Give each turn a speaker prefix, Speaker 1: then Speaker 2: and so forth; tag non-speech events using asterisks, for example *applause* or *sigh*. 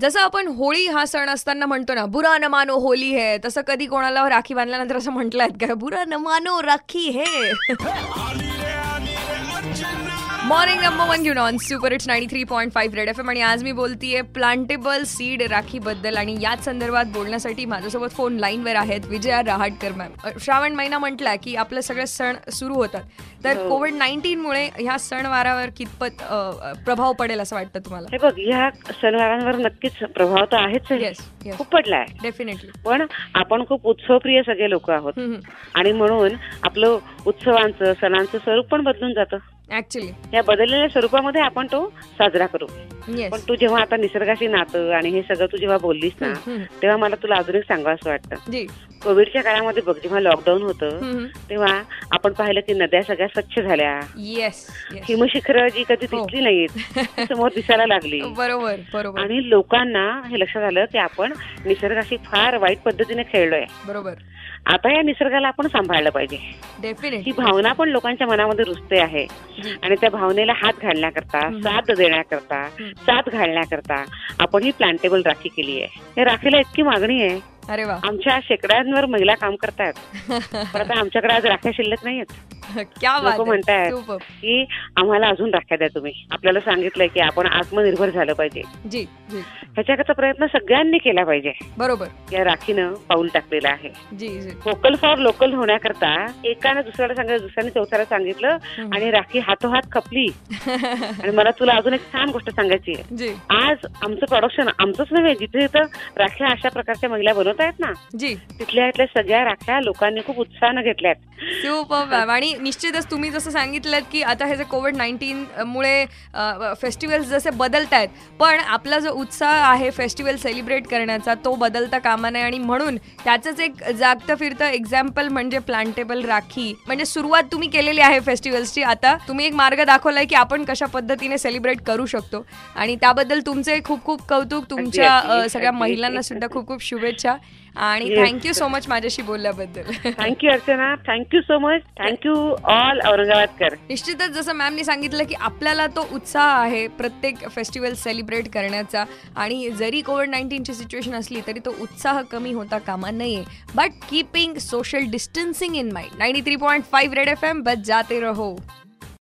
Speaker 1: जसं आपण होळी हा सण असताना म्हणतो ना बुरा न मानो होली है तसं कधी कोणाला राखी बांधल्यानंतर असं म्हटलंयत का बुरा न मानो राखी हे मॉर्निंग नंबर वन घेऊन on super it's ninety three point five red F M आणि आज मी बोलतीये प्लांटेबल सीड राखीबद्दल आणि याच संदर्भात बोलण्यासाठी माझ्यासोबत फोन लाईनवर आहेत विजया रहाटकर मॅम अ, श्रावण महिना म्हटला की आपले सगळे सण सुरू होतात तर कोविड नाईन्टीनमुळे ह्या सणवारावर कितपत अ, अ, प्रभाव पडेल असं वाटतं तुम्हाला
Speaker 2: हे बघ ह्या सणवारांवर नक्कीच प्रभाव तर आहेच आहे.
Speaker 1: Yes, yes.
Speaker 2: खूप पडलाय
Speaker 1: डेफिनेटली
Speaker 2: पण आपण खूप उत्सवप्रिय सगळे लोक आहोत आणि म्हणून आपलं उत्सवांचं सणांचं स्वरूप पण बदलून जातं
Speaker 1: ऍक्च्युली
Speaker 2: या बदललेल्या स्वरूपामध्ये आपण तो साजरा करू पण
Speaker 1: येस
Speaker 2: तू जेव्हा आता निसर्गाशी नातं आणि हे सगळं तू जेव्हा बोललीस ना
Speaker 1: हम्म, हम्म.
Speaker 2: तेव्हा मला तुला अजून एक सांगावं वाटतं
Speaker 1: जी
Speaker 2: कोविडच्या काळामध्ये बघ जेव्हा लॉकडाऊन होतं
Speaker 1: हम्म, हम्म.
Speaker 2: तेव्हा आपण पाहिलं की नद्या सगळ्या स्वच्छ झाल्या
Speaker 1: येस येस
Speaker 2: हिमशिखरं जी कधी
Speaker 1: हो.
Speaker 2: दिसली नाहीत
Speaker 1: *laughs*
Speaker 2: ती समोर दिसायला लागली
Speaker 1: बरोबर बरोबर
Speaker 2: आणि लोकांना हे लक्षात आलं की आपण निसर्गाशी फार वाईट पद्धतीने खेळलोय
Speaker 1: बरोबर
Speaker 2: आता या निसर्गाला आपण सांभाळलं पाहिजे ही
Speaker 1: डेफिनेटली
Speaker 2: भावना पण लोकांच्या मनामध्ये रुजते आहे
Speaker 1: जी.
Speaker 2: आणि त्या भावनेला हात घालण्याकरता
Speaker 1: हम्म.
Speaker 2: साथ देण्याकरता
Speaker 1: हम्म.
Speaker 2: साथ घालण्याकरता आपण ही प्लांटेबल राखी केली आहे या राखीला इतकी मागणी आहे
Speaker 1: अरे वा *laughs*
Speaker 2: आमच्या शेकड्यांवर महिला काम करतायत पण आता आमच्याकडे आज राख्या शिल्लक नाहीयेत
Speaker 1: क्या बात
Speaker 2: लोकं
Speaker 1: है.
Speaker 2: म्हणतायत.
Speaker 1: Superb.
Speaker 2: की आम्हाला अजून राख्या द्या तुम्ही आपल्याला सांगितलंय की आपण आत्मनिर्भर झालं पाहिजे
Speaker 1: जी जी
Speaker 2: ह्याच्याकरता प्रयत्न सगळ्यांनी केला पाहिजे
Speaker 1: बरोबर
Speaker 2: या राखीनं पाऊल टाकलेलं आहे
Speaker 1: जी जी
Speaker 2: व्होकल फॉर लोकल होण्याकरता एकानं दुसऱ्याला सांगितलं दुसऱ्याने चौथ्याला सांगितलं
Speaker 1: हम्म.
Speaker 2: आणि राखी हातोहात खपली आणि मला तुला अजून एक छान गोष्ट सांगायची आहे
Speaker 1: जी
Speaker 2: आज आमचं प्रोडक्शन आमचंच नव्हे जिथे जिथं राख्या अशा प्रकारच्या महिला बनवत आहेत ना
Speaker 1: जी
Speaker 2: तिथल्या इथल्या सगळ्या राख्या लोकांनी खूप उत्साहानं घेतल्यात
Speaker 1: सुपर मॅम आणि निश्चितच तुम्ही जसं सांगितलं की आता हे जे कोविड नाईन्टीन मुळे फेस्टिवल्स जसे बदलत आहेत पण आपला जो उत्साह आहे फेस्टिवल सेलिब्रेट करण्याचा तो बदलता कामा नये आणि म्हणून त्याचंच एक जागतं फिरतं एक्झाम्पल म्हणजे प्लांटेबल राखी म्हणजे सुरुवात तुम्ही केलेली आहे फेस्टिवल्सची आता तुम्ही एक मार्ग दाखवलाय की आपण कशा पद्धतीने सेलिब्रेट करू शकतो आणि त्याबद्दल तुमचे खूप खूप कौतुक तुमच्या
Speaker 2: अगदी,
Speaker 1: अ, सगळ्या
Speaker 2: अगदी.
Speaker 1: महिलांना सुद्धा खूप खूप शुभेच्छा आणि
Speaker 2: Yes.
Speaker 1: थँक्यू सो मच माझ्याशी बोलल्याबद्दल
Speaker 2: thank you Archana thank you so much thank you all औरंगाबादकर
Speaker 1: निश्चितच जसं मॅमनी सांगितलं की आपल्याला तो उत्साह आहे प्रत्येक फेस्टिवल सेलिब्रेट करण्याचा आणि जरी कोविड नाईन्टीनची सिच्युएशन असली तरी तो उत्साह कमी होता कामा नये but keeping social distancing in mind ninety three point five red F M बस जाते रहो